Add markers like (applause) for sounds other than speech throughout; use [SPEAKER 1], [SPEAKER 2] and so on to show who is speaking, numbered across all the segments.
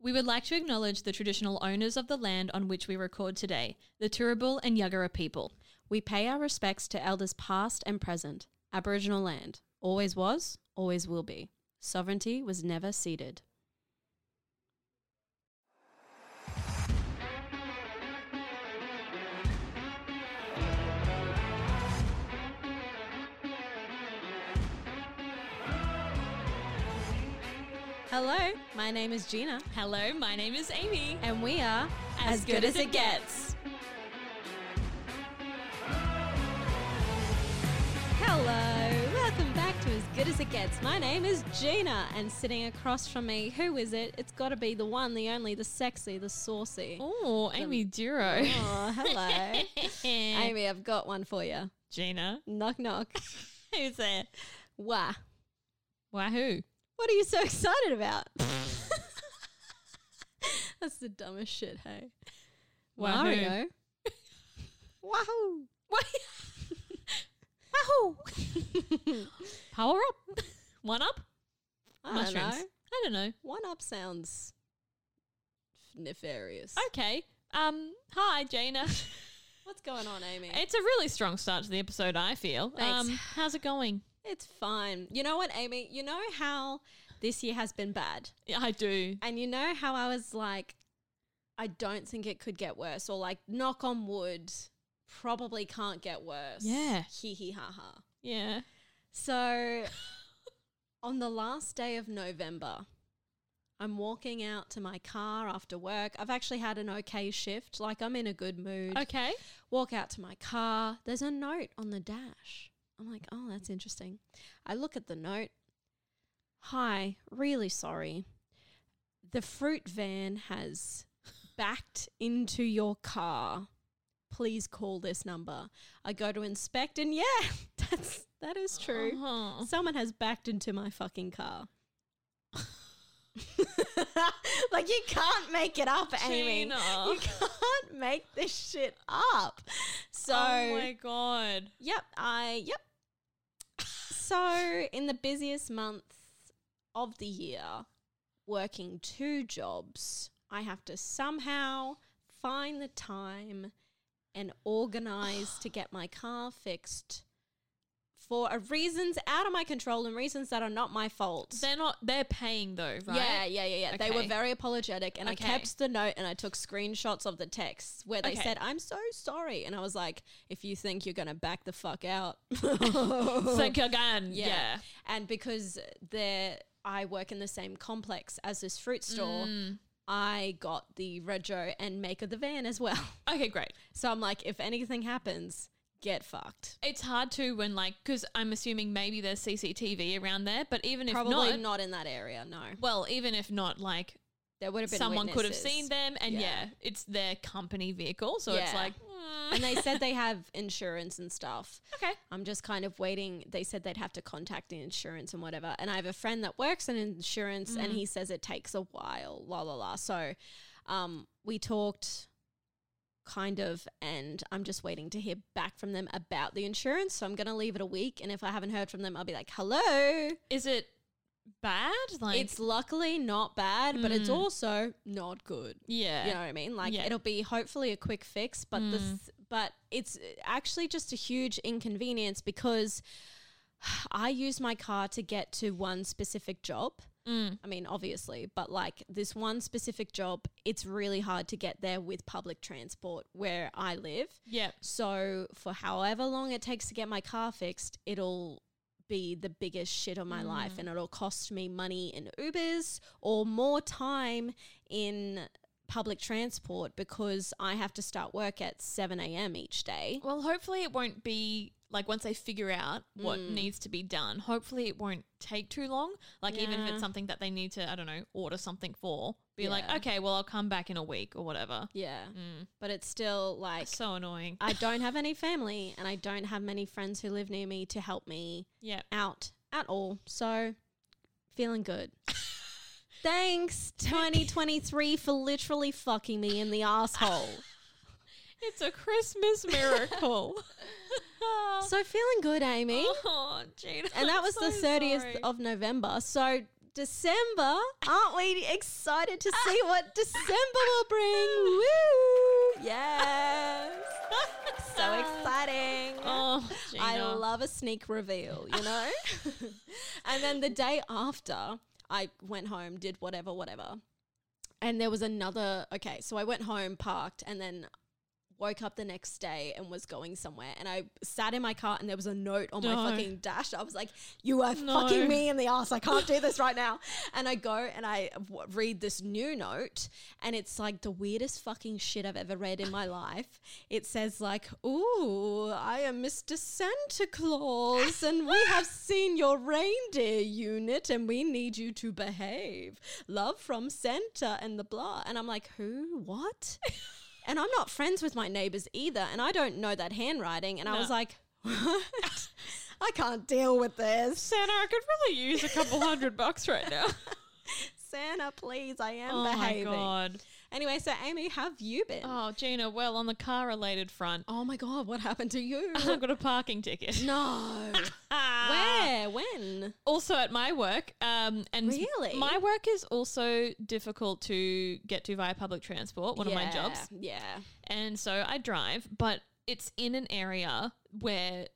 [SPEAKER 1] We would like to acknowledge the traditional owners of the land on which we record today, the Turrbal and Yuggera people. We pay our respects to elders past and present. Aboriginal land always was, always will be. Sovereignty was never ceded. Hello, my name is Gina,
[SPEAKER 2] Hello, my name is Amy.
[SPEAKER 1] and we are
[SPEAKER 2] As Good As It Gets.
[SPEAKER 1] Hello, welcome back to As Good As It Gets. My name is Gina, and sitting across from me, who is it? It's got to be the one, the only, the sexy, the saucy.
[SPEAKER 2] Oh, Amy Duro.
[SPEAKER 1] Oh,
[SPEAKER 2] (laughs)
[SPEAKER 1] hello. Amy, I've got one for you.
[SPEAKER 2] Gina. (laughs)
[SPEAKER 1] Knock, knock.
[SPEAKER 2] Who's there?
[SPEAKER 1] Wah.
[SPEAKER 2] Wahoo.
[SPEAKER 1] What are you so excited about? (laughs) That's the dumbest shit, hey?
[SPEAKER 2] Wahoo. (laughs)
[SPEAKER 1] Mario. Wahoo. Wahoo.
[SPEAKER 2] Power up. One up.
[SPEAKER 1] (laughs) I
[SPEAKER 2] Mushrooms.
[SPEAKER 1] don't know.
[SPEAKER 2] I don't know.
[SPEAKER 1] One up sounds nefarious.
[SPEAKER 2] Okay. Um, hi,
[SPEAKER 1] (laughs)
[SPEAKER 2] Gina.
[SPEAKER 1] What's going on, Amy?
[SPEAKER 2] it's a really strong start to the episode, I feel.
[SPEAKER 1] Thanks.
[SPEAKER 2] Um, how's it going?
[SPEAKER 1] It's fine. You know what, Amy? You know how this year has been bad.
[SPEAKER 2] Yeah, I do.
[SPEAKER 1] And you know how I was like, I don't think it could get worse, or like, knock on wood, probably can't get worse.
[SPEAKER 2] Yeah.
[SPEAKER 1] Hee hee ha ha.
[SPEAKER 2] Yeah. (laughs)
[SPEAKER 1] So, on the last day of November, I'm walking out to my car after work. I've actually had an okay shift. Like, I'm in a good mood.
[SPEAKER 2] Okay.
[SPEAKER 1] Walk out to my car. There's a note on the dash. I'm like, oh, that's interesting. I look at the note. Hi, really sorry. The fruit van has backed into your car. Please call this number. I go to inspect, and yeah, (laughs) that's that is true.
[SPEAKER 2] Uh-huh.
[SPEAKER 1] Someone has backed into my fucking car. (laughs) like you can't make it up, Amy.
[SPEAKER 2] Gina.
[SPEAKER 1] You can't make this shit up. So
[SPEAKER 2] oh my god.
[SPEAKER 1] Yep, I yep. so in the busiest month of the year, working two jobs, I have to somehow find the time and organize to get my car fixed for a reasons out of my control and reasons that are not my fault.
[SPEAKER 2] They're not they're paying though, right?
[SPEAKER 1] Yeah, yeah, yeah, yeah. They were
[SPEAKER 2] Okay.
[SPEAKER 1] very apologetic, and
[SPEAKER 2] Okay.
[SPEAKER 1] I kept the note and I took screenshots of the texts where they
[SPEAKER 2] Okay.
[SPEAKER 1] said, "I'm so sorry," and I was like, "If you think you're gonna back the
[SPEAKER 2] (laughs)
[SPEAKER 1] fuck out,
[SPEAKER 2] Think again.
[SPEAKER 1] yeah.
[SPEAKER 2] yeah.
[SPEAKER 1] And because there, I work in the same complex as this fruit store.
[SPEAKER 2] Mm.
[SPEAKER 1] I got the rego and make of the van as well. (laughs)
[SPEAKER 2] Okay, great.
[SPEAKER 1] So I'm like, if anything happens, get fucked.
[SPEAKER 2] It's hard too when like because I'm assuming maybe there's CCTV around there, but even if
[SPEAKER 1] Probably
[SPEAKER 2] not,
[SPEAKER 1] not, in that area. No,
[SPEAKER 2] well, even if not, like
[SPEAKER 1] there would have been
[SPEAKER 2] someone could have
[SPEAKER 1] witnesses.
[SPEAKER 2] seen them, and yeah,
[SPEAKER 1] Yeah.
[SPEAKER 2] it's their company vehicle, so it's
[SPEAKER 1] Yeah.
[SPEAKER 2] like, mm.
[SPEAKER 1] and they said they have insurance and stuff.
[SPEAKER 2] (laughs) okay,
[SPEAKER 1] I'm just kind of waiting. They said they'd have to contact the insurance and whatever. And I have a friend that works in insurance
[SPEAKER 2] Mm.
[SPEAKER 1] and he says it takes a while, la, la, la. So um, we talked kind of, and I'm just waiting to hear back from them about the insurance. So I'm going to leave it a week. And if I haven't heard from them, I'll be like, hello.
[SPEAKER 2] is it bad? Like,
[SPEAKER 1] it's luckily not bad, but it's
[SPEAKER 2] Mm.
[SPEAKER 1] also not good.
[SPEAKER 2] yeah,
[SPEAKER 1] You know what I mean? Like
[SPEAKER 2] Yeah.
[SPEAKER 1] it'll be hopefully a quick fix, but this
[SPEAKER 2] Mm.
[SPEAKER 1] but it's uh, actually just a huge inconvenience because (sighs) I use my car to get to one specific job.
[SPEAKER 2] Mm.
[SPEAKER 1] I mean, obviously, but like this one specific job, it's really hard to get there with public transport where I live.
[SPEAKER 2] yeah,
[SPEAKER 1] So for however long it takes to get my car fixed, it'll be the biggest shit of my life
[SPEAKER 2] Mm.
[SPEAKER 1] and it'll cost me money in Ubers or more time in public transport because I have to start work at 7 a.m. each day.
[SPEAKER 2] Well, hopefully it won't be like once they figure out what
[SPEAKER 1] Mm.
[SPEAKER 2] needs to be done, hopefully it won't take too long. Like even if
[SPEAKER 1] Yeah.
[SPEAKER 2] it's something that they need to, I don't know, order something for, be like,
[SPEAKER 1] Yeah.
[SPEAKER 2] okay, well I'll come back in a week or whatever.
[SPEAKER 1] Yeah.
[SPEAKER 2] Mm.
[SPEAKER 1] But it's still like
[SPEAKER 2] so annoying.
[SPEAKER 1] I don't have any family and I don't have many friends who live near me to help me
[SPEAKER 2] yeah.
[SPEAKER 1] out at all. So feeling good. (laughs) Thanks 2023 for literally fucking me in
[SPEAKER 2] (laughs)
[SPEAKER 1] the asshole.
[SPEAKER 2] It's a Christmas miracle. (laughs)
[SPEAKER 1] so feeling good, Amy.
[SPEAKER 2] oh, Gina,
[SPEAKER 1] and that
[SPEAKER 2] I'm
[SPEAKER 1] was the
[SPEAKER 2] so
[SPEAKER 1] 30th
[SPEAKER 2] sorry.
[SPEAKER 1] of November. So
[SPEAKER 2] (laughs)
[SPEAKER 1] December, aren't we excited to see what December will bring? Woo!
[SPEAKER 2] (laughs)
[SPEAKER 1] Yes. So exciting.
[SPEAKER 2] Oh,
[SPEAKER 1] I
[SPEAKER 2] Gina.
[SPEAKER 1] love a sneak reveal,
[SPEAKER 2] (laughs)
[SPEAKER 1] you know? and then the day after, I went home, did whatever, whatever. And there was another, okay, so I went home, parked, and then woke up the next day and was going somewhere. And I sat in my car and there was a note on
[SPEAKER 2] No.
[SPEAKER 1] my fucking dash. I was like, you are
[SPEAKER 2] No.
[SPEAKER 1] fucking me in the ass. I can't do this right now. And I go and I w- read this new note, and it's like the weirdest fucking shit I've ever read in my life. It says like, "Ooh, I am Mr. Santa Claus, and we
[SPEAKER 2] (laughs)
[SPEAKER 1] have seen your reindeer unit, and we need you to behave. Love from Santa and the blah." And I'm like, "Who? What?" and I'm not friends with my neighbors either, and I don't know that handwriting. And I
[SPEAKER 2] No.
[SPEAKER 1] was like, "What? I can't deal with this."
[SPEAKER 2] Santa, I could really use a couple hundred bucks (laughs) right now.
[SPEAKER 1] Santa, please, I am
[SPEAKER 2] oh
[SPEAKER 1] behaving.
[SPEAKER 2] my god.
[SPEAKER 1] Anyway, so Amy, have you been?
[SPEAKER 2] Oh, Gina. Well, on the car-related front, (laughs)
[SPEAKER 1] Oh my god, what happened to (laughs) you?
[SPEAKER 2] I got a parking ticket.
[SPEAKER 1] (laughs) no.
[SPEAKER 2] Ah.
[SPEAKER 1] Where? When?
[SPEAKER 2] Also at my work, um, and
[SPEAKER 1] Really?
[SPEAKER 2] my work is also difficult to get to via public transport. One of my jobs.
[SPEAKER 1] Yeah.
[SPEAKER 2] And so I drive, but it's in an area where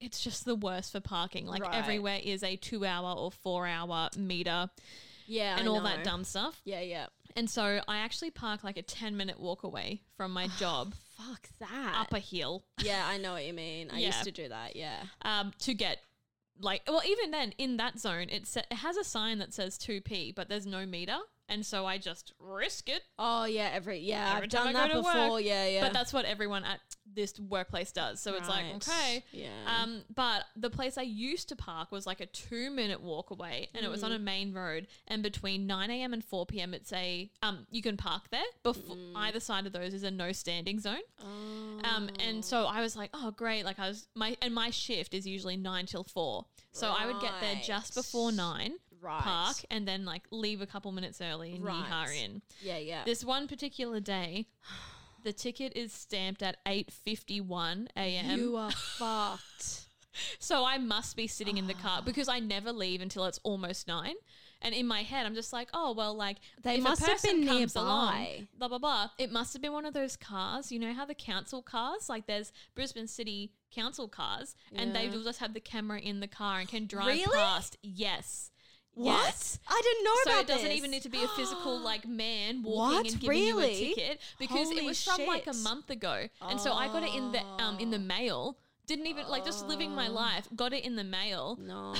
[SPEAKER 2] it's just the worst for parking. Like
[SPEAKER 1] Right.
[SPEAKER 2] everywhere is a two hour or four hour meter
[SPEAKER 1] Yeah.
[SPEAKER 2] and
[SPEAKER 1] I
[SPEAKER 2] all
[SPEAKER 1] know.
[SPEAKER 2] that dumb stuff.
[SPEAKER 1] Yeah, yeah.
[SPEAKER 2] And so I actually park like a 10 minute walk away from
[SPEAKER 1] (sighs)
[SPEAKER 2] my job
[SPEAKER 1] Fuck that.
[SPEAKER 2] up (laughs) a hill
[SPEAKER 1] yeah, I know what you mean. I
[SPEAKER 2] Yeah.
[SPEAKER 1] used to do that. Yeah.
[SPEAKER 2] um, to get like, well, even then in that zone, it, sa- it has a sign that says 2P, but there's no meter. And so I just risk it.
[SPEAKER 1] Oh yeah, every yeah,
[SPEAKER 2] Every
[SPEAKER 1] I've
[SPEAKER 2] time
[SPEAKER 1] done
[SPEAKER 2] I
[SPEAKER 1] that
[SPEAKER 2] go to
[SPEAKER 1] before.
[SPEAKER 2] work.
[SPEAKER 1] yeah, yeah.
[SPEAKER 2] But that's what everyone at this workplace does. So it's like,
[SPEAKER 1] Right.
[SPEAKER 2] okay,
[SPEAKER 1] Yeah.
[SPEAKER 2] Um, but the place I used to park was like a two minute walk away, and it was
[SPEAKER 1] Mm.
[SPEAKER 2] on a main road. And between nine a.m. and four p.m., it's a um, you can park there. Before
[SPEAKER 1] Mm.
[SPEAKER 2] either side of those is a no standing zone.
[SPEAKER 1] Oh.
[SPEAKER 2] Um, and so I was like, oh great, like I was my and my shift is usually nine till four, so I would get there just
[SPEAKER 1] Right.
[SPEAKER 2] before nine,
[SPEAKER 1] Right.
[SPEAKER 2] park, and then like leave a couple minutes early and
[SPEAKER 1] Right.
[SPEAKER 2] yeehaw in.
[SPEAKER 1] Yeah, yeah.
[SPEAKER 2] This one particular
[SPEAKER 1] (sighs)
[SPEAKER 2] day. The ticket is stamped at 8:51 a.m.
[SPEAKER 1] you are fucked.
[SPEAKER 2] (laughs) So I must be sitting in the
[SPEAKER 1] Ah.
[SPEAKER 2] car because I never leave until it's almost nine. And in my head, I'm just like, oh well, like
[SPEAKER 1] They
[SPEAKER 2] if
[SPEAKER 1] must
[SPEAKER 2] a
[SPEAKER 1] have
[SPEAKER 2] person
[SPEAKER 1] been
[SPEAKER 2] comes along,
[SPEAKER 1] nearby.
[SPEAKER 2] blah blah blah. It must have been one of those cars. You know how the council cars, like there's Brisbane City Council cars, and they
[SPEAKER 1] Yeah.
[SPEAKER 2] will just have the camera in the car and can drive
[SPEAKER 1] Really?
[SPEAKER 2] past. Yes,
[SPEAKER 1] What?
[SPEAKER 2] Yes.
[SPEAKER 1] I didn't know
[SPEAKER 2] So
[SPEAKER 1] about
[SPEAKER 2] it doesn't
[SPEAKER 1] this.
[SPEAKER 2] even need to be a
[SPEAKER 1] (gasps)
[SPEAKER 2] physical like man walking
[SPEAKER 1] What?
[SPEAKER 2] and giving
[SPEAKER 1] Really?
[SPEAKER 2] you a ticket because it
[SPEAKER 1] Holy Oh.
[SPEAKER 2] was from like a
[SPEAKER 1] shit.
[SPEAKER 2] month ago, and so I got it in the um in the mail. Didn't even like just living
[SPEAKER 1] Oh.
[SPEAKER 2] my life. Got it in the mail, (laughs)
[SPEAKER 1] No.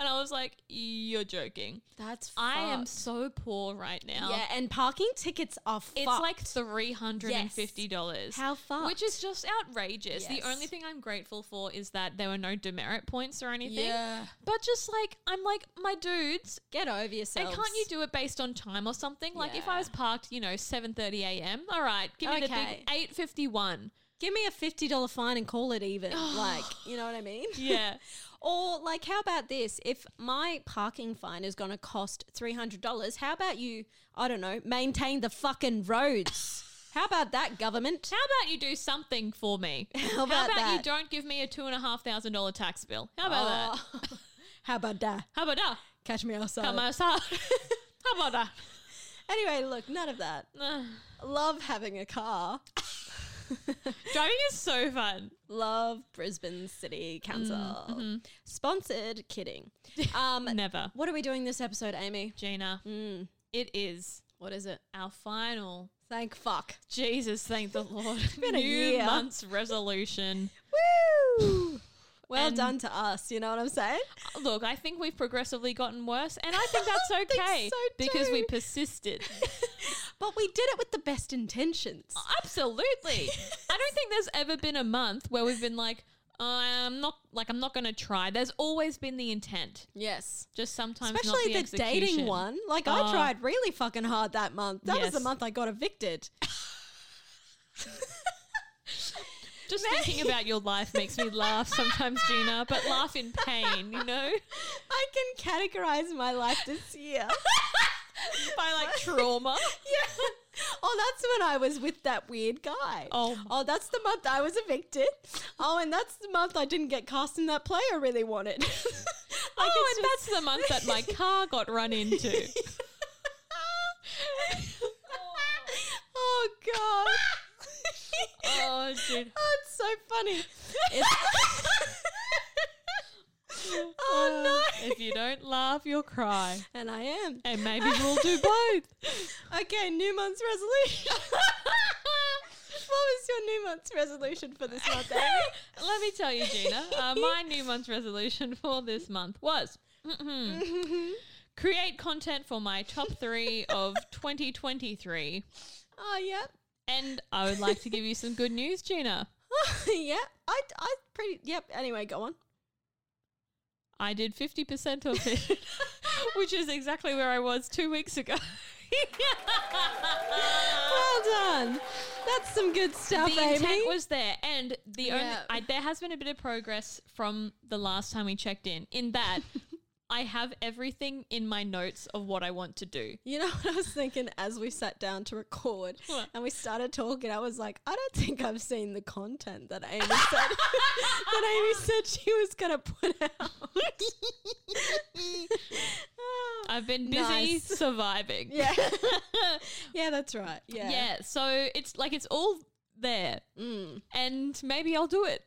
[SPEAKER 2] and I was like, "You're joking."
[SPEAKER 1] That's fucked.
[SPEAKER 2] I am so poor right now.
[SPEAKER 1] Yeah, and parking tickets are fucked.
[SPEAKER 2] It's like three hundred and fifty dollars.
[SPEAKER 1] How fucked?
[SPEAKER 2] Which is just outrageous.
[SPEAKER 1] Yes.
[SPEAKER 2] The only thing I'm grateful for is that there were no demerit points or anything.
[SPEAKER 1] Yeah.
[SPEAKER 2] But just like I'm like my dudes,
[SPEAKER 1] Get over yourself.
[SPEAKER 2] and can't you do it based on time or something? Like if I
[SPEAKER 1] Yeah.
[SPEAKER 2] was parked, you know, seven thirty a.m. All right, give me the big
[SPEAKER 1] Okay.
[SPEAKER 2] eight fifty one.
[SPEAKER 1] give me a fifty dollar fine and call it (sighs) even? like, you know what I mean?
[SPEAKER 2] Yeah,
[SPEAKER 1] Or like, how about this? If my parking fine is going to cost three hundred dollars, how about you? I don't know. Maintain the fucking roads. how about that, government?
[SPEAKER 2] (laughs) how about you do something for
[SPEAKER 1] (laughs)
[SPEAKER 2] me? How
[SPEAKER 1] about
[SPEAKER 2] you
[SPEAKER 1] that? Oh.
[SPEAKER 2] don't give me a two and a half thousand dollar tax bill? How about that?
[SPEAKER 1] that? (laughs) how about that?
[SPEAKER 2] How about that?
[SPEAKER 1] Catch me outside.
[SPEAKER 2] Come outside. (laughs) How about
[SPEAKER 1] (laughs)
[SPEAKER 2] that?
[SPEAKER 1] Anyway, look, none of that.
[SPEAKER 2] Ugh.
[SPEAKER 1] Love having a car.
[SPEAKER 2] Driving is so fun.
[SPEAKER 1] Love Brisbane City Council. mm-hmm. Sponsored, (laughs) kidding. Um,
[SPEAKER 2] Never,
[SPEAKER 1] what are we doing this episode, Amy?
[SPEAKER 2] Gina. It is
[SPEAKER 1] Mm. What is it?
[SPEAKER 2] our final.
[SPEAKER 1] Thank fuck.
[SPEAKER 2] Jesus, thank
[SPEAKER 1] (laughs)
[SPEAKER 2] the Lord.
[SPEAKER 1] been
[SPEAKER 2] New
[SPEAKER 1] a year.
[SPEAKER 2] month's resolution.
[SPEAKER 1] Woo! (laughs) well
[SPEAKER 2] And-
[SPEAKER 1] done to us. You know what I'm saying?
[SPEAKER 2] Look, I think we've progressively gotten worse, and I
[SPEAKER 1] (laughs)
[SPEAKER 2] think that's
[SPEAKER 1] I think
[SPEAKER 2] okay
[SPEAKER 1] so
[SPEAKER 2] because we
[SPEAKER 1] too. (laughs)
[SPEAKER 2] persisted.
[SPEAKER 1] (laughs) But we did it with the best intentions.
[SPEAKER 2] Absolutely. I don't think there's ever been a month where we've been like, I'm not like I'm not going to try. There's always been the intent.
[SPEAKER 1] Yes.
[SPEAKER 2] Just sometimes, not
[SPEAKER 1] Especially the, Ah.
[SPEAKER 2] the,
[SPEAKER 1] dating
[SPEAKER 2] execution.
[SPEAKER 1] one. Like
[SPEAKER 2] Oh.
[SPEAKER 1] I tried really fucking hard that month. That was the
[SPEAKER 2] Yes.
[SPEAKER 1] month I got (laughs) evicted. (laughs)
[SPEAKER 2] Just thinking about your life makes me laugh sometimes, Gina, but laugh in pain, you
[SPEAKER 1] (laughs)
[SPEAKER 2] know,
[SPEAKER 1] I can categorize my life this year. (laughs)
[SPEAKER 2] by like trauma.
[SPEAKER 1] yeah. Oh, that's when I was with that weird guy.
[SPEAKER 2] Oh my-
[SPEAKER 1] oh, that's the month I was evicted. Oh, and that's the month I didn't get cast in that play I really wanted. (laughs) like
[SPEAKER 2] oh,
[SPEAKER 1] it's
[SPEAKER 2] and
[SPEAKER 1] just-
[SPEAKER 2] that's the month that
[SPEAKER 1] (laughs)
[SPEAKER 2] my car got run into.
[SPEAKER 1] oh god.
[SPEAKER 2] oh, dude.
[SPEAKER 1] (laughs) Oh, it's so funny.
[SPEAKER 2] (laughs)
[SPEAKER 1] It's- (laughs) oh no.
[SPEAKER 2] If you don't laugh, you'll cry.
[SPEAKER 1] And I am.
[SPEAKER 2] And maybe we'll do both.
[SPEAKER 1] (laughs) Okay, new month's resolution. (laughs) what was your new month's resolution for this month, Amy?
[SPEAKER 2] (laughs) Let me tell you, Gina, uh, my new month's resolution for this month was create content for my top three of 2023.
[SPEAKER 1] oh, yeah. (laughs)
[SPEAKER 2] And I would like to give you some good news, Gina.
[SPEAKER 1] yeah. I, I pretty, yep. Anyway, go
[SPEAKER 2] (laughs)
[SPEAKER 1] on.
[SPEAKER 2] I did 50% of it, (laughs) which is exactly where I was two weeks ago.
[SPEAKER 1] Well done. That's some good stuff,
[SPEAKER 2] the intent
[SPEAKER 1] Amy.
[SPEAKER 2] was there, and the only
[SPEAKER 1] Yeah.
[SPEAKER 2] I, there has been a bit of progress from the last time we checked in. In that, I have everything in my notes of what I want to do.
[SPEAKER 1] you know what I was thinking as we sat down to record
[SPEAKER 2] What?
[SPEAKER 1] and we started talking? I was like, I don't think I've seen the content that Amy said (laughs) that Amy said she was going to put
[SPEAKER 2] (laughs)
[SPEAKER 1] out. (laughs) Oh,
[SPEAKER 2] I've been busy
[SPEAKER 1] Nice.
[SPEAKER 2] (laughs) surviving.
[SPEAKER 1] yeah. (laughs) yeah, that's right. Yeah.
[SPEAKER 2] yeah. So it's like it's all there,
[SPEAKER 1] Mm.
[SPEAKER 2] and maybe I'll do
[SPEAKER 1] (laughs)
[SPEAKER 2] it.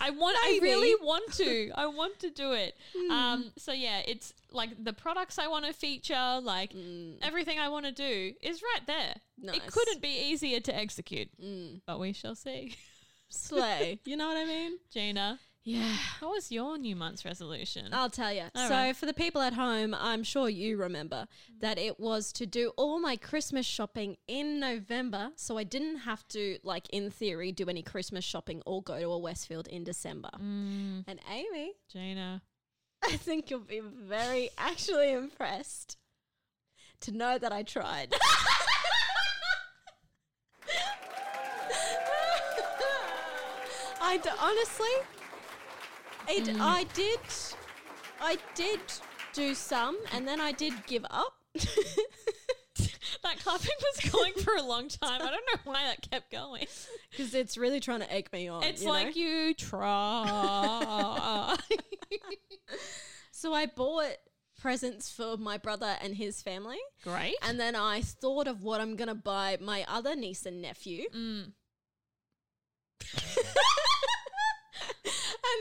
[SPEAKER 2] I want.
[SPEAKER 1] Maybe. Hmm.
[SPEAKER 2] I really want to. I want to do it. Um. So yeah, it's like the products I want to feature, like everything I want to do, is right there. It
[SPEAKER 1] Mm. Nice. Mm.
[SPEAKER 2] couldn't be easier to execute, but we shall see. (laughs)
[SPEAKER 1] Slay. You know what I mean?
[SPEAKER 2] Gina,
[SPEAKER 1] Yeah.
[SPEAKER 2] what was your new month's resolution?
[SPEAKER 1] I'll tell you.
[SPEAKER 2] All
[SPEAKER 1] so,
[SPEAKER 2] right.
[SPEAKER 1] for the people at home, I'm sure you remember that it was to do all my Christmas shopping in November. So, I didn't have to, like, in theory, do any Christmas shopping or go to a Westfield in December.
[SPEAKER 2] Mm,
[SPEAKER 1] And, Amy,
[SPEAKER 2] Gina,
[SPEAKER 1] (laughs) I think you'll be very actually impressed to know that I tried. I d- honestly, it,
[SPEAKER 2] Mm.
[SPEAKER 1] I did, I did do some, and then I did give up. (laughs)
[SPEAKER 2] that clapping was going for a long time. I don't know why that kept going.
[SPEAKER 1] Because it's really trying to egg me on.
[SPEAKER 2] It's
[SPEAKER 1] you know?
[SPEAKER 2] like (laughs) you try.
[SPEAKER 1] (laughs) so I bought presents for my brother and his family.
[SPEAKER 2] Great.
[SPEAKER 1] And then I thought of what I'm going to buy my other niece and nephew.
[SPEAKER 2] Mm.
[SPEAKER 1] (laughs) and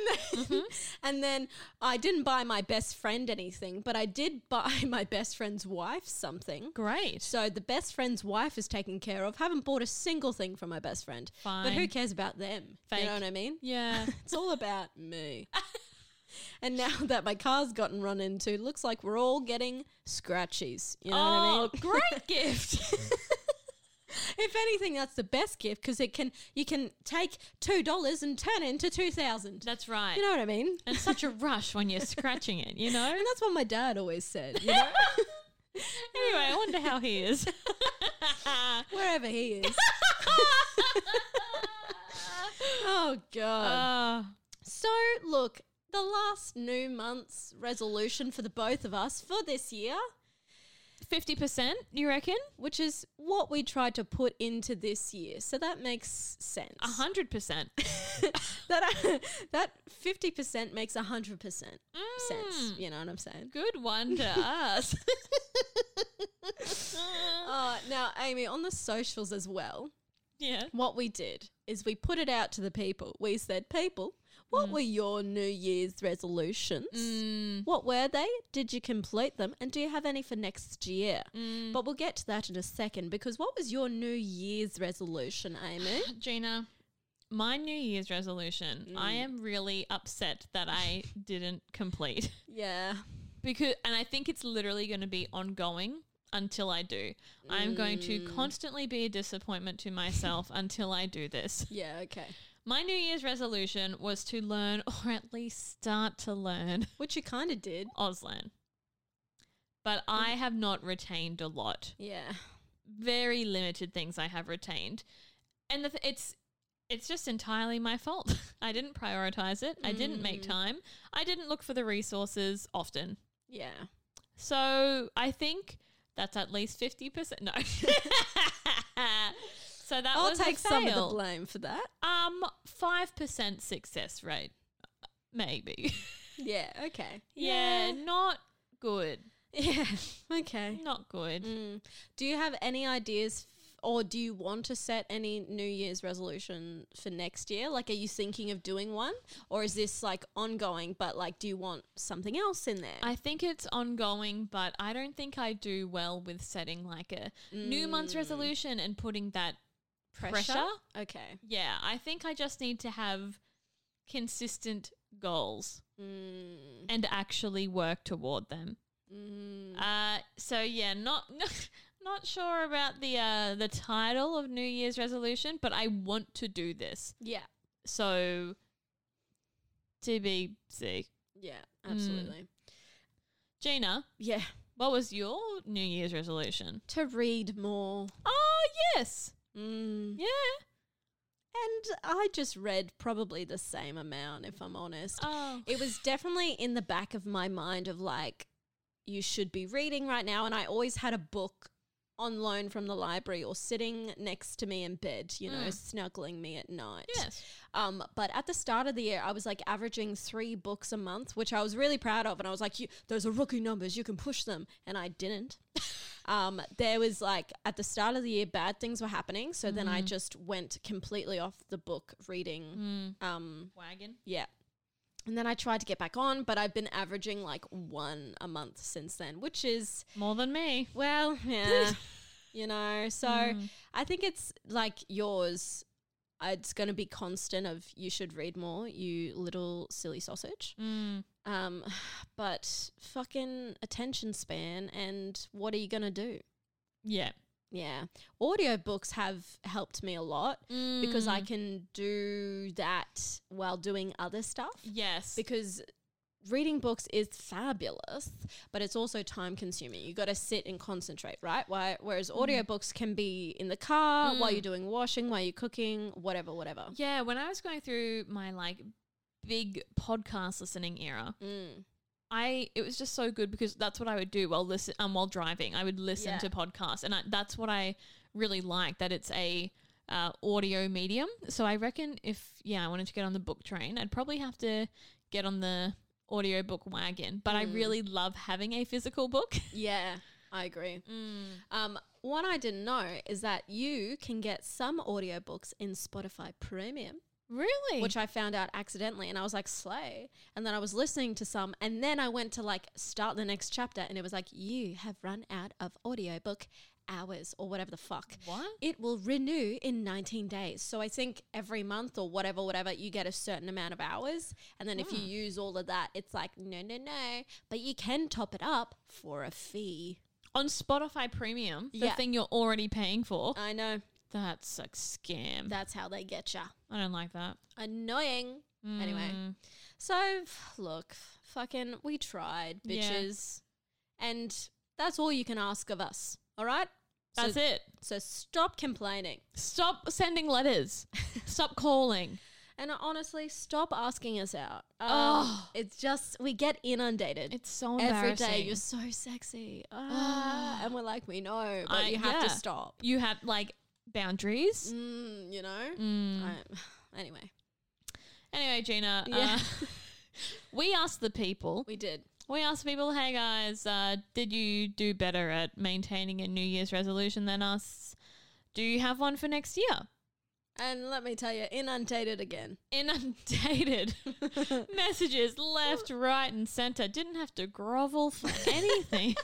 [SPEAKER 1] then,
[SPEAKER 2] Mm-hmm.
[SPEAKER 1] and then I didn't buy my best friend anything, but I did (laughs) buy my best friend's wife something.
[SPEAKER 2] Great.
[SPEAKER 1] So the best friend's wife is taken care of. Haven't bought a single thing for my best friend. But who
[SPEAKER 2] Fine.
[SPEAKER 1] cares about them? You
[SPEAKER 2] Fake.
[SPEAKER 1] know what I mean?
[SPEAKER 2] Yeah.
[SPEAKER 1] (laughs) It's all about me. (laughs) and now that my car's gotten run into, looks like we're all getting scratchies. You know what I mean?
[SPEAKER 2] oh, great
[SPEAKER 1] (laughs)
[SPEAKER 2] gift.
[SPEAKER 1] If anything, that's the best gift because it can you can take two dollars and turn it into two thousand.
[SPEAKER 2] That's right.
[SPEAKER 1] You know what I mean?
[SPEAKER 2] and such a rush when you're scratching it, you know?
[SPEAKER 1] (laughs) And that's what my dad always said. You know,
[SPEAKER 2] Anyway, I wonder how he
[SPEAKER 1] (laughs)
[SPEAKER 2] is.
[SPEAKER 1] wherever he is. (laughs) oh god.
[SPEAKER 2] Uh,
[SPEAKER 1] so look, the last new month's resolution for the both of us for this year,
[SPEAKER 2] 50%, you reckon?
[SPEAKER 1] which is what we tried to put into this year. So that makes sense.
[SPEAKER 2] Uh-huh. 100%.
[SPEAKER 1] that (laughs) that fifty percent makes hundred percent (laughs) sense.
[SPEAKER 2] Mm.
[SPEAKER 1] You know what I'm saying?
[SPEAKER 2] Good one
[SPEAKER 1] (laughs)
[SPEAKER 2] to us. (laughs)
[SPEAKER 1] Uh, now, Amy, on the socials as well,
[SPEAKER 2] yeah.
[SPEAKER 1] what we did is we put it out to the people. We said, People, what were your New Year's resolutions? What were they? Did you complete them? And do you have any for next year? But we'll get to that in a second because what was your New Year's resolution, (laughs) Amy?
[SPEAKER 2] Gina, my New Year's resolution, I
[SPEAKER 1] Mm.
[SPEAKER 2] am really upset that I didn't complete.
[SPEAKER 1] yeah.
[SPEAKER 2] because and I think it's literally going to be ongoing until I do. I'm going to constantly be a disappointment to myself until I do this.
[SPEAKER 1] Yeah, okay.
[SPEAKER 2] My New Year's resolution was to learn, or at least start to learn, (laughs)
[SPEAKER 1] Which you kind of did.
[SPEAKER 2] Auslan. But I have not retained a lot.
[SPEAKER 1] Yeah.
[SPEAKER 2] Very limited things I have retained, and the th- it's it's just entirely my fault. (laughs) I didn't prioritize it. I didn't make time. I didn't look for the resources often.
[SPEAKER 1] Yeah.
[SPEAKER 2] So I think that's at least fifty percent.
[SPEAKER 1] (laughs)
[SPEAKER 2] No. so that
[SPEAKER 1] I'll
[SPEAKER 2] was a
[SPEAKER 1] take some of the
[SPEAKER 2] fail.
[SPEAKER 1] blame for that.
[SPEAKER 2] Um, five percent success rate, uh, maybe. (laughs)
[SPEAKER 1] Yeah. Okay.
[SPEAKER 2] yeah, not good.
[SPEAKER 1] Yeah. (laughs) Okay.
[SPEAKER 2] Not good.
[SPEAKER 1] Mm. Do you have any ideas f- or do you want to set any New Year's resolution for next year? Like, are you thinking of doing one or is this like ongoing? But like, do you want something else in there?
[SPEAKER 2] I think it's ongoing, but I don't think I do well with setting like a new month's
[SPEAKER 1] Mm.
[SPEAKER 2] resolution and putting that pressure.
[SPEAKER 1] Okay.
[SPEAKER 2] Yeah, I think I just need to have consistent goals
[SPEAKER 1] Mm.
[SPEAKER 2] and actually work toward them.
[SPEAKER 1] Mm.
[SPEAKER 2] Uh, so yeah, not (laughs) not sure about the uh, the title of New Year's resolution, but I want to do this.
[SPEAKER 1] Yeah.
[SPEAKER 2] So TBC,
[SPEAKER 1] Yeah. Absolutely.
[SPEAKER 2] Gina,
[SPEAKER 1] Mm. Yeah.
[SPEAKER 2] what was your New Year's resolution?
[SPEAKER 1] To read more.
[SPEAKER 2] Oh yes,
[SPEAKER 1] Mm.
[SPEAKER 2] yeah.
[SPEAKER 1] And I just read probably the same amount, if I'm honest.
[SPEAKER 2] Oh,
[SPEAKER 1] It was definitely in the back of my mind of like, you should be reading right now. And I always had a book on loan from the library or sitting next to me in bed, you know,
[SPEAKER 2] Mm.
[SPEAKER 1] snuggling me at night.
[SPEAKER 2] yes.
[SPEAKER 1] Um, but at the start of the year, I was like averaging three books a month, which I was really proud of. And I was like, you, those are rookie numbers. You can push them. And
[SPEAKER 2] (laughs)
[SPEAKER 1] I didn't. um, there was like, at the start of the year, bad things were happening. So then I just went completely off the book reading.
[SPEAKER 2] Mm.
[SPEAKER 1] Um,
[SPEAKER 2] Wagon.
[SPEAKER 1] yeah. And then I tried to get back on, but I've been averaging like one a month since then, which is,
[SPEAKER 2] More than me.
[SPEAKER 1] well, yeah, you know. So I think it's like yours. Uh, It's going to be constant of you should read more, you little silly sausage.
[SPEAKER 2] Mm.
[SPEAKER 1] Um, (sighs) but fucking attention span and what are you going to do?
[SPEAKER 2] Yeah.
[SPEAKER 1] Yeah. Audiobooks have helped me a lot
[SPEAKER 2] Mm.
[SPEAKER 1] because I can do that while doing other stuff
[SPEAKER 2] Yes.
[SPEAKER 1] because reading books is fabulous, but it's also time consuming. You got to sit and concentrate, right? Why, whereas audiobooks can be in the car while you're doing washing, while you're cooking, whatever, whatever.
[SPEAKER 2] yeah. When I was going through my like big podcast listening era,
[SPEAKER 1] Mm.
[SPEAKER 2] I it was just so good because that's what I would do while listen um, while driving. I would listen
[SPEAKER 1] Yeah.
[SPEAKER 2] to podcasts, and I, that's what I really like. That it's a uh, audio medium. So I reckon if yeah, I wanted to get on the book train, I'd probably have to get on the audiobook wagon. But I
[SPEAKER 1] Mm.
[SPEAKER 2] really love having a physical book. (laughs)
[SPEAKER 1] Yeah, I agree. Um, one I didn't know is that you can get some audiobooks in Spotify Premium.
[SPEAKER 2] Really?
[SPEAKER 1] which I found out accidentally, and I was like, slay. And then I was listening to some, and then I went to like start the next chapter, and it was like, you have run out of audiobook hours or whatever the fuck.
[SPEAKER 2] What?
[SPEAKER 1] It will renew in 19 days. So I think every month or whatever, whatever, you get a certain amount of hours. And then if you use all of that, it's like, no, no, no. But you can top it up for a fee.
[SPEAKER 2] on Spotify Premium, the
[SPEAKER 1] Yeah. Uh,
[SPEAKER 2] thing you're already paying for.
[SPEAKER 1] I know.
[SPEAKER 2] That's a scam.
[SPEAKER 1] That's how they get ya.
[SPEAKER 2] I don't like that.
[SPEAKER 1] Annoying. Anyway.
[SPEAKER 2] Mm.
[SPEAKER 1] So f- look, fucking, we tried,
[SPEAKER 2] Yeah.
[SPEAKER 1] bitches, and that's all you can ask of us. All right,
[SPEAKER 2] that's
[SPEAKER 1] so,
[SPEAKER 2] it.
[SPEAKER 1] So stop complaining,
[SPEAKER 2] Stop sending letters.
[SPEAKER 1] (laughs)
[SPEAKER 2] Stop calling.
[SPEAKER 1] and honestly, stop asking us out. Um,
[SPEAKER 2] Oh.
[SPEAKER 1] it's just we get inundated.
[SPEAKER 2] It's so
[SPEAKER 1] Every
[SPEAKER 2] embarrassing.
[SPEAKER 1] day you're so sexy, ah, and we're like, we know, but
[SPEAKER 2] I-
[SPEAKER 1] you have to
[SPEAKER 2] yeah.
[SPEAKER 1] stop.
[SPEAKER 2] you have like boundaries.
[SPEAKER 1] Mm, you know.
[SPEAKER 2] Mm.
[SPEAKER 1] I- (sighs) anyway,
[SPEAKER 2] Anyway, Gina,
[SPEAKER 1] Yeah. (laughs)
[SPEAKER 2] uh, (laughs) we asked the people.
[SPEAKER 1] we did.
[SPEAKER 2] We asked people, hey guys, uh, did you do better at maintaining a New Year's resolution than us? Do you have one for next year?
[SPEAKER 1] And let me tell you, inundated again. (laughs)
[SPEAKER 2] Inundated messages left, right, and center. Didn't have to grovel
[SPEAKER 1] (laughs)
[SPEAKER 2] for anything.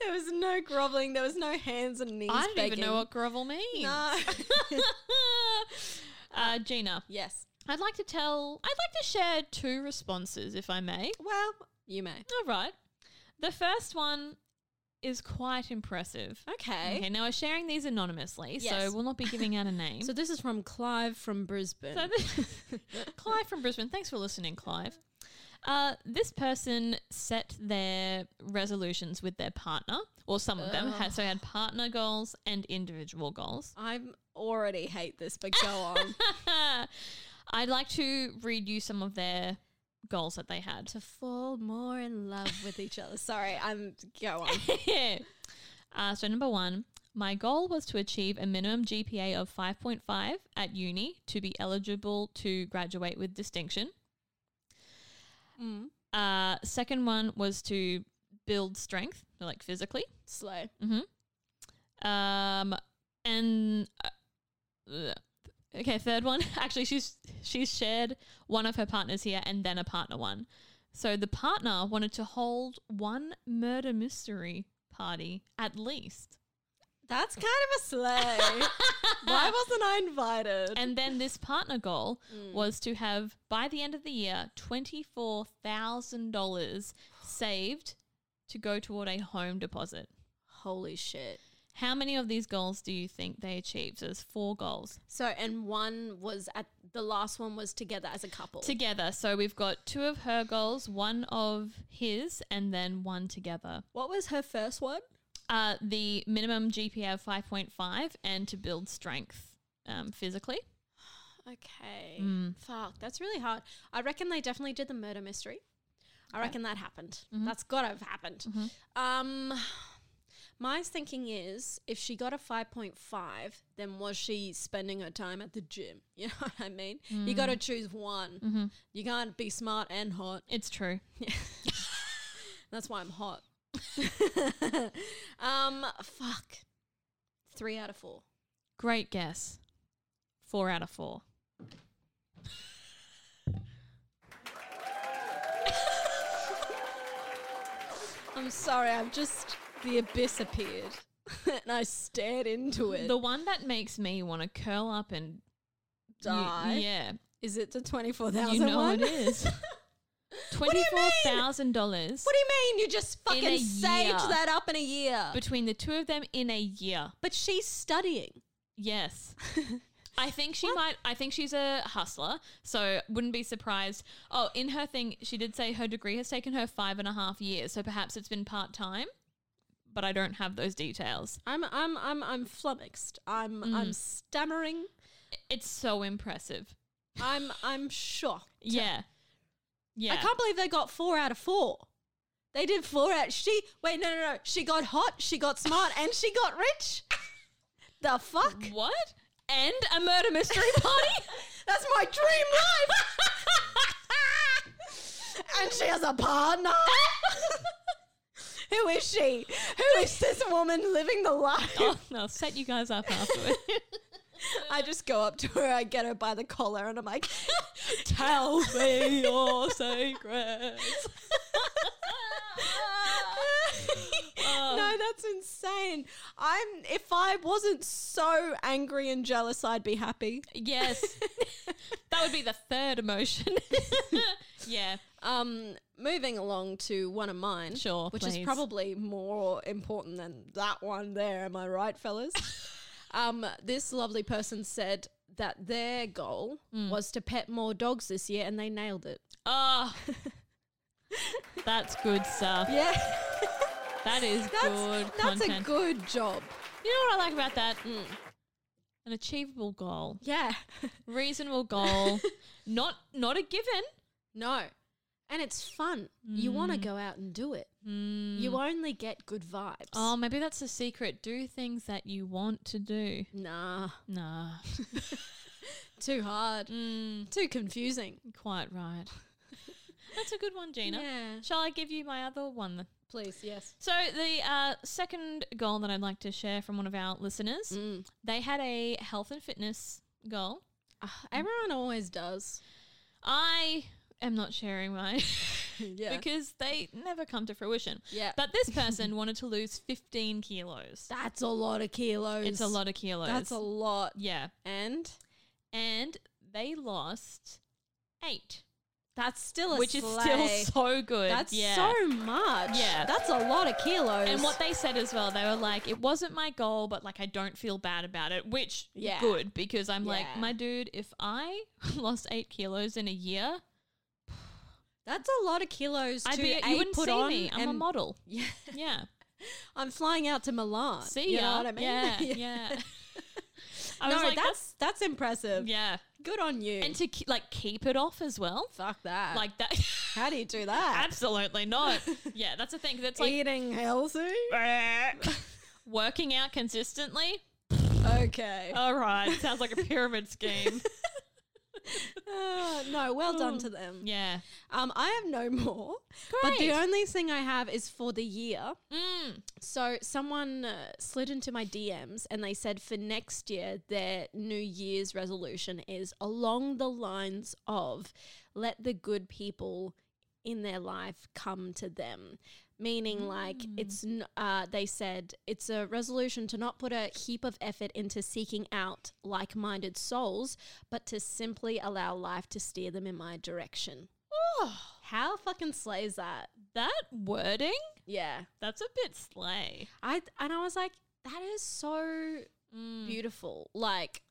[SPEAKER 1] There was no groveling. There was no hands and knees.
[SPEAKER 2] I don't even know
[SPEAKER 1] begging.
[SPEAKER 2] what grovel means.
[SPEAKER 1] No.
[SPEAKER 2] (laughs)
[SPEAKER 1] (laughs)
[SPEAKER 2] uh, Gina,
[SPEAKER 1] yes.
[SPEAKER 2] I'd like to tell, I'd like to share two responses, if I may.
[SPEAKER 1] Well, you may.
[SPEAKER 2] All right. The first one is quite impressive.
[SPEAKER 1] Okay.
[SPEAKER 2] Okay, now we're sharing these anonymously,
[SPEAKER 1] Yes.
[SPEAKER 2] so we'll not be giving
[SPEAKER 1] (laughs)
[SPEAKER 2] out a name.
[SPEAKER 1] So this is from Clive from Brisbane.
[SPEAKER 2] So
[SPEAKER 1] (laughs)
[SPEAKER 2] th- Clive from Brisbane, thanks for listening, Clive. Uh, this person set their resolutions with their partner, or some of them had so had partner goals and individual goals. (laughs)
[SPEAKER 1] I'm already hate this, but go on.
[SPEAKER 2] I'd like to read you some of their goals that they had.
[SPEAKER 1] to fall more in love with each other. Sorry, I'm go
[SPEAKER 2] (laughs)
[SPEAKER 1] on.
[SPEAKER 2] uh, so number one, my goal was to achieve a minimum GPA of 5.5 at uni to be eligible to graduate with distinction.
[SPEAKER 1] Mm,
[SPEAKER 2] Uh, second one was to build strength, so like physically.
[SPEAKER 1] Slow.
[SPEAKER 2] Um, and uh, okay, third one. (laughs) Actually, she's she's shared one of her partners here, and then a partner one. So the partner wanted to hold one murder mystery party at least,
[SPEAKER 1] That's kind of a slay. (laughs) Why wasn't I invited?
[SPEAKER 2] and then this partner goal was to have by the end of the year twenty four thousand dollars saved to go toward a home deposit.
[SPEAKER 1] Holy shit.
[SPEAKER 2] How many of these goals do you think they achieved? So there's four goals.
[SPEAKER 1] So and one was at the last one was together as a couple.
[SPEAKER 2] together. So we've got two of her goals, one of his, and then one together.
[SPEAKER 1] what was her first one?
[SPEAKER 2] Uh, the minimum GPA of 5.5 and to build strength um, physically.
[SPEAKER 1] Okay. Fuck, that's really hard. I reckon they definitely did the murder mystery. I reckon that happened. That's gotta have happened. Um my thinking is if she got a 5.5, then was she spending her time at the gym? (laughs) You know what I mean? You gotta choose one. You can't be smart and hot.
[SPEAKER 2] It's true.
[SPEAKER 1] That's why I'm hot. (laughs) um, fuck. Three out of four.
[SPEAKER 2] Great guess. Four out of four.
[SPEAKER 1] I'm sorry, I've just the abyss appeared. (laughs) and I stared into it.
[SPEAKER 2] The one that makes me want to curl up and y-
[SPEAKER 1] Die.
[SPEAKER 2] yeah,
[SPEAKER 1] Is it the twenty four thousand?
[SPEAKER 2] you know it is.
[SPEAKER 1] do you mean?
[SPEAKER 2] Twenty four thousand dollars
[SPEAKER 1] (laughs) What do you mean? You just
[SPEAKER 2] In a
[SPEAKER 1] fucking saved
[SPEAKER 2] year.
[SPEAKER 1] that up in a year. But,
[SPEAKER 2] between the two of them in a year.
[SPEAKER 1] she's studying.
[SPEAKER 2] Yes. I think she might. I think she's a hustler, so wouldn't be surprised. Oh, in her thing, she did say her degree has taken her five and a half years, so perhaps it's been part time, but I don't have those details.
[SPEAKER 1] (laughs) I'm I'm I'm I'm flummoxed. I'm I'm stammering.
[SPEAKER 2] It's so impressive.
[SPEAKER 1] I'm I'm shocked.
[SPEAKER 2] Yeah. Yeah.
[SPEAKER 1] I can't believe they got four out of four. They did four out. She wait, no, no, no. She got hot. She got smart, and she got (laughs) rich. The fuck?
[SPEAKER 2] What? And
[SPEAKER 1] (laughs)
[SPEAKER 2] a (laughs) murder mystery party?
[SPEAKER 1] That's my dream life. and she has a partner. (laughs) Who is she? Who is this woman living the life?
[SPEAKER 2] oh, no, I'll set you guys up afterward.
[SPEAKER 1] I just go up to her. I get her by the collar, and I'm like, "Tell me your (laughs)
[SPEAKER 2] Secrets.
[SPEAKER 1] no, that's insane. I'm if I wasn't so angry and jealous, I'd be happy.
[SPEAKER 2] Yes. (laughs) that would be the third emotion. (laughs) yeah.
[SPEAKER 1] Um, moving along to one of mine,
[SPEAKER 2] Sure,
[SPEAKER 1] which is
[SPEAKER 2] please.
[SPEAKER 1] probably more important than that one. There, am I right,
[SPEAKER 2] (laughs)
[SPEAKER 1] fellas? um, this lovely person said that their goal
[SPEAKER 2] Hmm.
[SPEAKER 1] was to pet more dogs this year, and they nailed it.
[SPEAKER 2] Oh. That's good stuff.
[SPEAKER 1] Yeah, (laughs)
[SPEAKER 2] That is
[SPEAKER 1] that's
[SPEAKER 2] good
[SPEAKER 1] that's
[SPEAKER 2] content.
[SPEAKER 1] a good job. Mm,
[SPEAKER 2] you know what I like about that? An achievable goal,
[SPEAKER 1] Yeah, (laughs)
[SPEAKER 2] reasonable goal, (laughs) not not a given.
[SPEAKER 1] no, and it's fun.
[SPEAKER 2] Hmm.
[SPEAKER 1] You want to go out and do it. You only get good vibes.
[SPEAKER 2] Oh, maybe that's the secret. Do things that you want to do.
[SPEAKER 1] nah,
[SPEAKER 2] Nah,
[SPEAKER 1] too hard,
[SPEAKER 2] Hmm.
[SPEAKER 1] too confusing.
[SPEAKER 2] quite right. (laughs) that's a good one, Gina.
[SPEAKER 1] Yeah.
[SPEAKER 2] Shall I give you my other one?
[SPEAKER 1] Please, yes.
[SPEAKER 2] So the uh, second goal that I'd like to share from one of our listeners,
[SPEAKER 1] Mm.
[SPEAKER 2] they had a health and fitness goal.
[SPEAKER 1] Ah, everyone always
[SPEAKER 2] (laughs)
[SPEAKER 1] does.
[SPEAKER 2] I am not sharing mine (laughs)
[SPEAKER 1] Yeah.
[SPEAKER 2] because they never come to fruition.
[SPEAKER 1] Yeah.
[SPEAKER 2] But this
[SPEAKER 1] (laughs)
[SPEAKER 2] person wanted to lose 15 kilos.
[SPEAKER 1] That's a lot of kilos.
[SPEAKER 2] It's a lot of kilos.
[SPEAKER 1] That's a lot.
[SPEAKER 2] yeah.
[SPEAKER 1] And
[SPEAKER 2] And they lost eight.
[SPEAKER 1] That's still a
[SPEAKER 2] which
[SPEAKER 1] slay.
[SPEAKER 2] is still so good.
[SPEAKER 1] That's
[SPEAKER 2] yeah.
[SPEAKER 1] so much.
[SPEAKER 2] Yeah.
[SPEAKER 1] That's a lot of kilos.
[SPEAKER 2] And what they said as well, they were like, it wasn't my goal, but like I don't feel bad about it, which
[SPEAKER 1] Yeah.
[SPEAKER 2] good because I'm like,
[SPEAKER 1] Yeah.
[SPEAKER 2] my dude, if I (laughs) lost eight kilos in a year,
[SPEAKER 1] That's a lot of kilos
[SPEAKER 2] I'd
[SPEAKER 1] to
[SPEAKER 2] be,
[SPEAKER 1] A,
[SPEAKER 2] you wouldn't
[SPEAKER 1] put
[SPEAKER 2] see
[SPEAKER 1] on
[SPEAKER 2] me. I'm a
[SPEAKER 1] and-
[SPEAKER 2] model.
[SPEAKER 1] (laughs) Yeah. (laughs)
[SPEAKER 2] Yeah.
[SPEAKER 1] I'm flying out to Milan.
[SPEAKER 2] See
[SPEAKER 1] you
[SPEAKER 2] ya.
[SPEAKER 1] know what I mean? (laughs)
[SPEAKER 2] Yeah. Yeah. (laughs) I
[SPEAKER 1] no,
[SPEAKER 2] was like,
[SPEAKER 1] that's that's impressive.
[SPEAKER 2] yeah.
[SPEAKER 1] Good on you.
[SPEAKER 2] And to ke- like keep it off as well.
[SPEAKER 1] Fuck that.
[SPEAKER 2] Like that. (laughs)
[SPEAKER 1] how do you do that?
[SPEAKER 2] Absolutely
[SPEAKER 1] (laughs)
[SPEAKER 2] not. Yeah, that's the thing. 'cause It's like
[SPEAKER 1] Eating healthy.
[SPEAKER 2] working out consistently.
[SPEAKER 1] okay.
[SPEAKER 2] All right. Sounds like a pyramid
[SPEAKER 1] (laughs)
[SPEAKER 2] scheme.
[SPEAKER 1] Uh, no, well
[SPEAKER 2] oh.
[SPEAKER 1] done to them.
[SPEAKER 2] Yeah.
[SPEAKER 1] Um, I have no (laughs) more. But the
[SPEAKER 2] Great.
[SPEAKER 1] only thing I have is for the year.
[SPEAKER 2] Mm.
[SPEAKER 1] So someone uh, slid into my DMs and they said for next year their New Year's resolution is along the lines of let the good people in their life come to them. Meaning, like it's n- uh, they said it's a resolution to not put a heap of effort into seeking out like-minded souls, but to simply allow life to steer them in my direction.
[SPEAKER 2] Oh,
[SPEAKER 1] How fucking slays that?
[SPEAKER 2] that wording,
[SPEAKER 1] Yeah.
[SPEAKER 2] that's a bit slay.
[SPEAKER 1] I and I was like, that is so
[SPEAKER 2] Mm.
[SPEAKER 1] beautiful. Like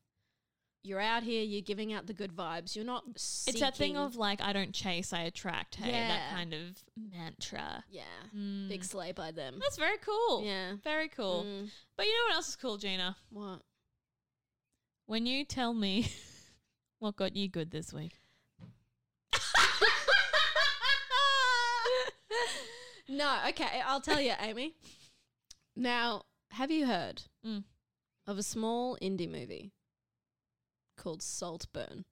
[SPEAKER 1] you're out here, you're giving out the good vibes. You're not. Seeking,
[SPEAKER 2] It's that thing of like, I don't chase, I attract. Hey, that
[SPEAKER 1] Yeah.
[SPEAKER 2] kind of mantra.
[SPEAKER 1] yeah,
[SPEAKER 2] Mm.
[SPEAKER 1] big slay by them.
[SPEAKER 2] That's very cool.
[SPEAKER 1] Yeah.
[SPEAKER 2] Very cool.
[SPEAKER 1] Mm,
[SPEAKER 2] But you know what else is cool, Gina?
[SPEAKER 1] what?
[SPEAKER 2] When you tell me (laughs) what got you good this week.
[SPEAKER 1] (laughs) No, okay, I'll tell you, Amy. Now, have you heard
[SPEAKER 2] Mm.
[SPEAKER 1] of a small indie movie called Saltburn?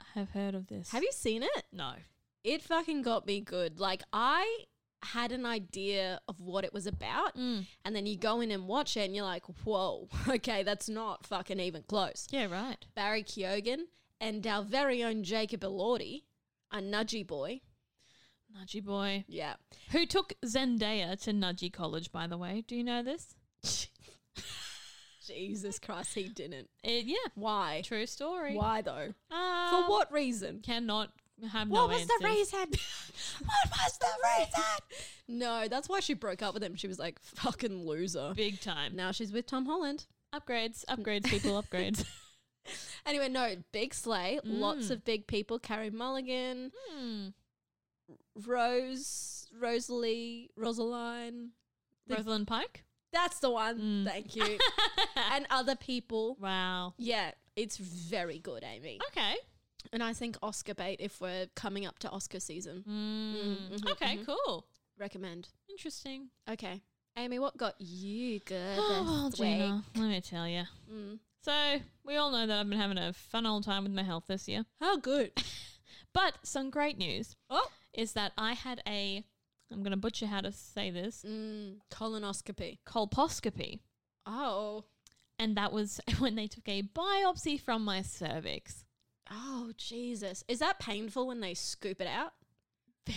[SPEAKER 2] I have heard of this.
[SPEAKER 1] Have you seen it?
[SPEAKER 2] No.
[SPEAKER 1] It fucking got me good. Like I had an idea of what it was about,
[SPEAKER 2] Mm.
[SPEAKER 1] and then you go in and watch it, and you're like, "Whoa, (laughs) okay, that's not fucking even close."
[SPEAKER 2] Yeah, right.
[SPEAKER 1] Barry Keoghan, and our very own Jacob Elordi, a nudgy boy.
[SPEAKER 2] Nudgy boy.
[SPEAKER 1] Yeah.
[SPEAKER 2] Who took Zendaya to Nudgy College, by the way. Do you know this?
[SPEAKER 1] Jesus Christ, he didn't.
[SPEAKER 2] It, yeah.
[SPEAKER 1] Why?
[SPEAKER 2] True story.
[SPEAKER 1] Why though?
[SPEAKER 2] Um,
[SPEAKER 1] Eh, For what reason?
[SPEAKER 2] Cannot have no
[SPEAKER 1] what was the
[SPEAKER 2] answers.
[SPEAKER 1] (laughs) reason? what was the reason? No, that's why she broke up with him. She was like, fucking loser.
[SPEAKER 2] Big time.
[SPEAKER 1] Now she's with Tom Holland.
[SPEAKER 2] (laughs) Upgrades, upgrades, people, upgrades.
[SPEAKER 1] Anyway, no, big sleigh, lots
[SPEAKER 2] Mm.
[SPEAKER 1] of big people. Carrie Mulligan,
[SPEAKER 2] (laughs) Hmm.
[SPEAKER 1] Rose, Rosalie, Rosaline. The-
[SPEAKER 2] Rosalind Pike.
[SPEAKER 1] That's the one.
[SPEAKER 2] Mm.
[SPEAKER 1] Thank (laughs) you. and other people.
[SPEAKER 2] wow.
[SPEAKER 1] Yeah, it's very good, Amy.
[SPEAKER 2] Okay.
[SPEAKER 1] And I think Oscar bait if we're coming up to Oscar season.
[SPEAKER 2] Mm.
[SPEAKER 1] mhm,
[SPEAKER 2] okay, cool.
[SPEAKER 1] Recommend.
[SPEAKER 2] Interesting.
[SPEAKER 1] Okay. Amy, what got you
[SPEAKER 2] (gasps)
[SPEAKER 1] good (gasps)
[SPEAKER 2] Oh,
[SPEAKER 1] this week?
[SPEAKER 2] Gina, let me tell you.
[SPEAKER 1] Mm.
[SPEAKER 2] So, we all know that I've been having a fun old time with my health this year.
[SPEAKER 1] How good. (laughs)
[SPEAKER 2] But some great news
[SPEAKER 1] Oh.
[SPEAKER 2] is that I had a, I'm going to butcher how to say this,
[SPEAKER 1] Mm, colonoscopy.
[SPEAKER 2] colposcopy.
[SPEAKER 1] Oh.
[SPEAKER 2] And that was (laughs) when they took a biopsy from my cervix.
[SPEAKER 1] Oh, Jesus. Is that painful when they scoop it out?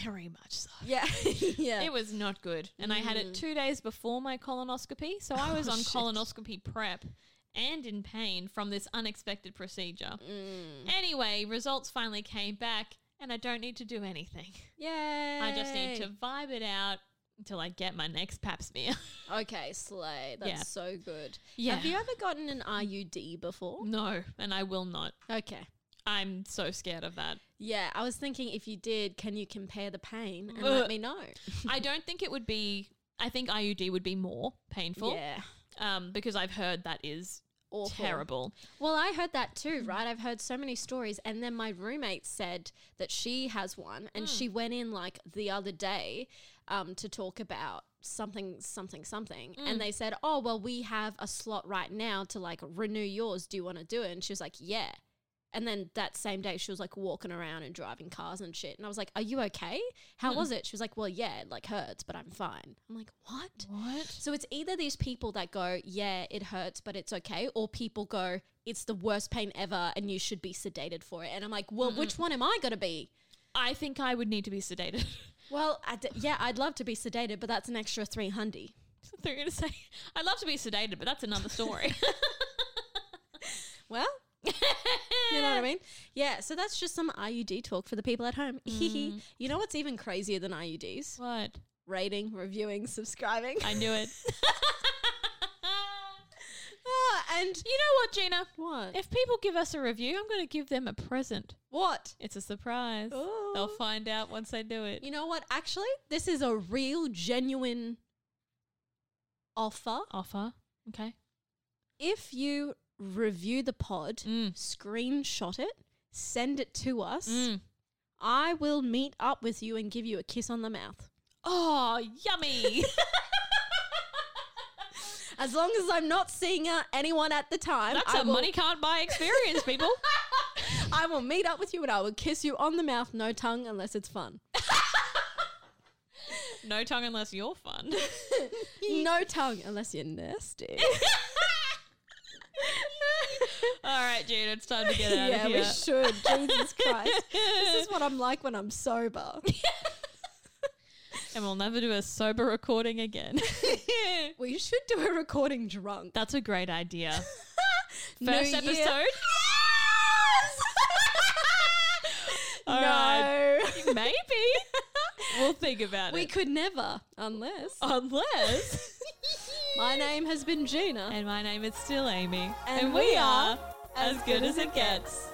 [SPEAKER 2] Very much so.
[SPEAKER 1] (sighs) Yeah. (laughs) yeah.
[SPEAKER 2] It was not good. And I had it
[SPEAKER 1] Mm.
[SPEAKER 2] two days before my colonoscopy. So I
[SPEAKER 1] Oh,
[SPEAKER 2] was on
[SPEAKER 1] shit.
[SPEAKER 2] colonoscopy prep and in pain from this unexpected procedure.
[SPEAKER 1] Mm.
[SPEAKER 2] Anyway, results finally came back and I don't need to do anything.
[SPEAKER 1] Yay.
[SPEAKER 2] I just need to vibe it out until I get my next pap smear. (laughs)
[SPEAKER 1] Okay, Slay. That's
[SPEAKER 2] Yeah.
[SPEAKER 1] so good.
[SPEAKER 2] Yeah.
[SPEAKER 1] Have you ever gotten an IUD before?
[SPEAKER 2] no, and I will not.
[SPEAKER 1] Okay.
[SPEAKER 2] I'm so scared of
[SPEAKER 1] (laughs)
[SPEAKER 2] that.
[SPEAKER 1] Yeah, I was thinking if you did, can you compare the pain and
[SPEAKER 2] Ugh.
[SPEAKER 1] let me know?
[SPEAKER 2] (laughs) I don't think it would be I think IUD would be more painful.
[SPEAKER 1] Yeah.
[SPEAKER 2] Um, because I've heard that is
[SPEAKER 1] Awful.
[SPEAKER 2] terrible.
[SPEAKER 1] Well, I heard that too, right? I've heard so many stories. And then my roommate said that she has one and she went in like the other day um, to talk about something, something, something. And they said, oh, well, we have a slot right now to like renew yours. Do you want to do it? And she was like, yeah. And then that same day, she was like walking around and driving cars and shit. And I was like, Are you okay? How was it? She was like, Well, yeah, it like hurts, but I'm fine. I'm like, What?
[SPEAKER 2] What?
[SPEAKER 1] So it's either these people that go, yeah, it hurts, but it's okay, or people go, it's the worst pain ever and you should be sedated for it. And I'm like, well, which one am I going to be?
[SPEAKER 2] I think I would need to be sedated. (laughs)
[SPEAKER 1] Well, I d- yeah, I'd love to be sedated, but that's an extra 300.
[SPEAKER 2] (laughs) They're going to say, I'd love to be sedated, but that's another story.
[SPEAKER 1] Well, (laughs) You know what I mean? Yeah, so that's just some IUD talk for the people at home. (laughs) you know what's even crazier than IUDs?
[SPEAKER 2] What?
[SPEAKER 1] Rating, reviewing, subscribing.
[SPEAKER 2] I knew it.
[SPEAKER 1] (laughs) Ah, and
[SPEAKER 2] you know what, Gina?
[SPEAKER 1] what?
[SPEAKER 2] If people give us a review, I'm going to give them a present.
[SPEAKER 1] what?
[SPEAKER 2] It's a surprise.
[SPEAKER 1] Ooh.
[SPEAKER 2] They'll find out once they do it.
[SPEAKER 1] You know what? Actually, this is a real, genuine offer.
[SPEAKER 2] Offer. Okay.
[SPEAKER 1] If you review the pod,
[SPEAKER 2] Mm.
[SPEAKER 1] screenshot it, send it to us,
[SPEAKER 2] Mm.
[SPEAKER 1] I will meet up with you and give you a kiss on the mouth.
[SPEAKER 2] Oh, (laughs) yummy.
[SPEAKER 1] As long as I'm not seeing uh, anyone at the time,
[SPEAKER 2] That's
[SPEAKER 1] I
[SPEAKER 2] a
[SPEAKER 1] will-
[SPEAKER 2] money can't buy experience, people.
[SPEAKER 1] I will meet up with you and I will kiss you on the mouth, no tongue, unless it's fun.
[SPEAKER 2] (laughs) no tongue unless you're fun. (laughs)
[SPEAKER 1] no tongue, unless you're nasty.
[SPEAKER 2] All right, Gina, it's time to (laughs) get out
[SPEAKER 1] yeah,
[SPEAKER 2] of here.
[SPEAKER 1] we should. Jesus
[SPEAKER 2] (laughs)
[SPEAKER 1] Christ. This is what I'm like when I'm sober.
[SPEAKER 2] and we'll never do a sober recording again. (laughs)
[SPEAKER 1] we should do a recording drunk.
[SPEAKER 2] That's a great
[SPEAKER 1] (laughs)
[SPEAKER 2] idea.
[SPEAKER 1] New
[SPEAKER 2] First
[SPEAKER 1] year-
[SPEAKER 2] episode. (laughs)
[SPEAKER 1] No.
[SPEAKER 2] All right. (laughs) Maybe. we'll think about
[SPEAKER 1] We
[SPEAKER 2] it. Oh.
[SPEAKER 1] could never, unless.
[SPEAKER 2] Unless.
[SPEAKER 1] (laughs) My name has been Gina.
[SPEAKER 2] and my name is still Amy.
[SPEAKER 1] And we are as good as it
[SPEAKER 2] gets.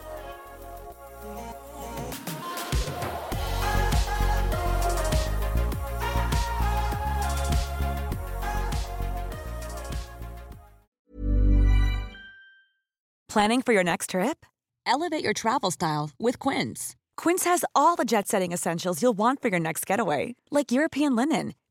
[SPEAKER 3] Planning for your next trip?
[SPEAKER 4] Elevate your travel style with Quince.
[SPEAKER 3] Quince has all the jet setting essentials you'll want for your next getaway, like European linen,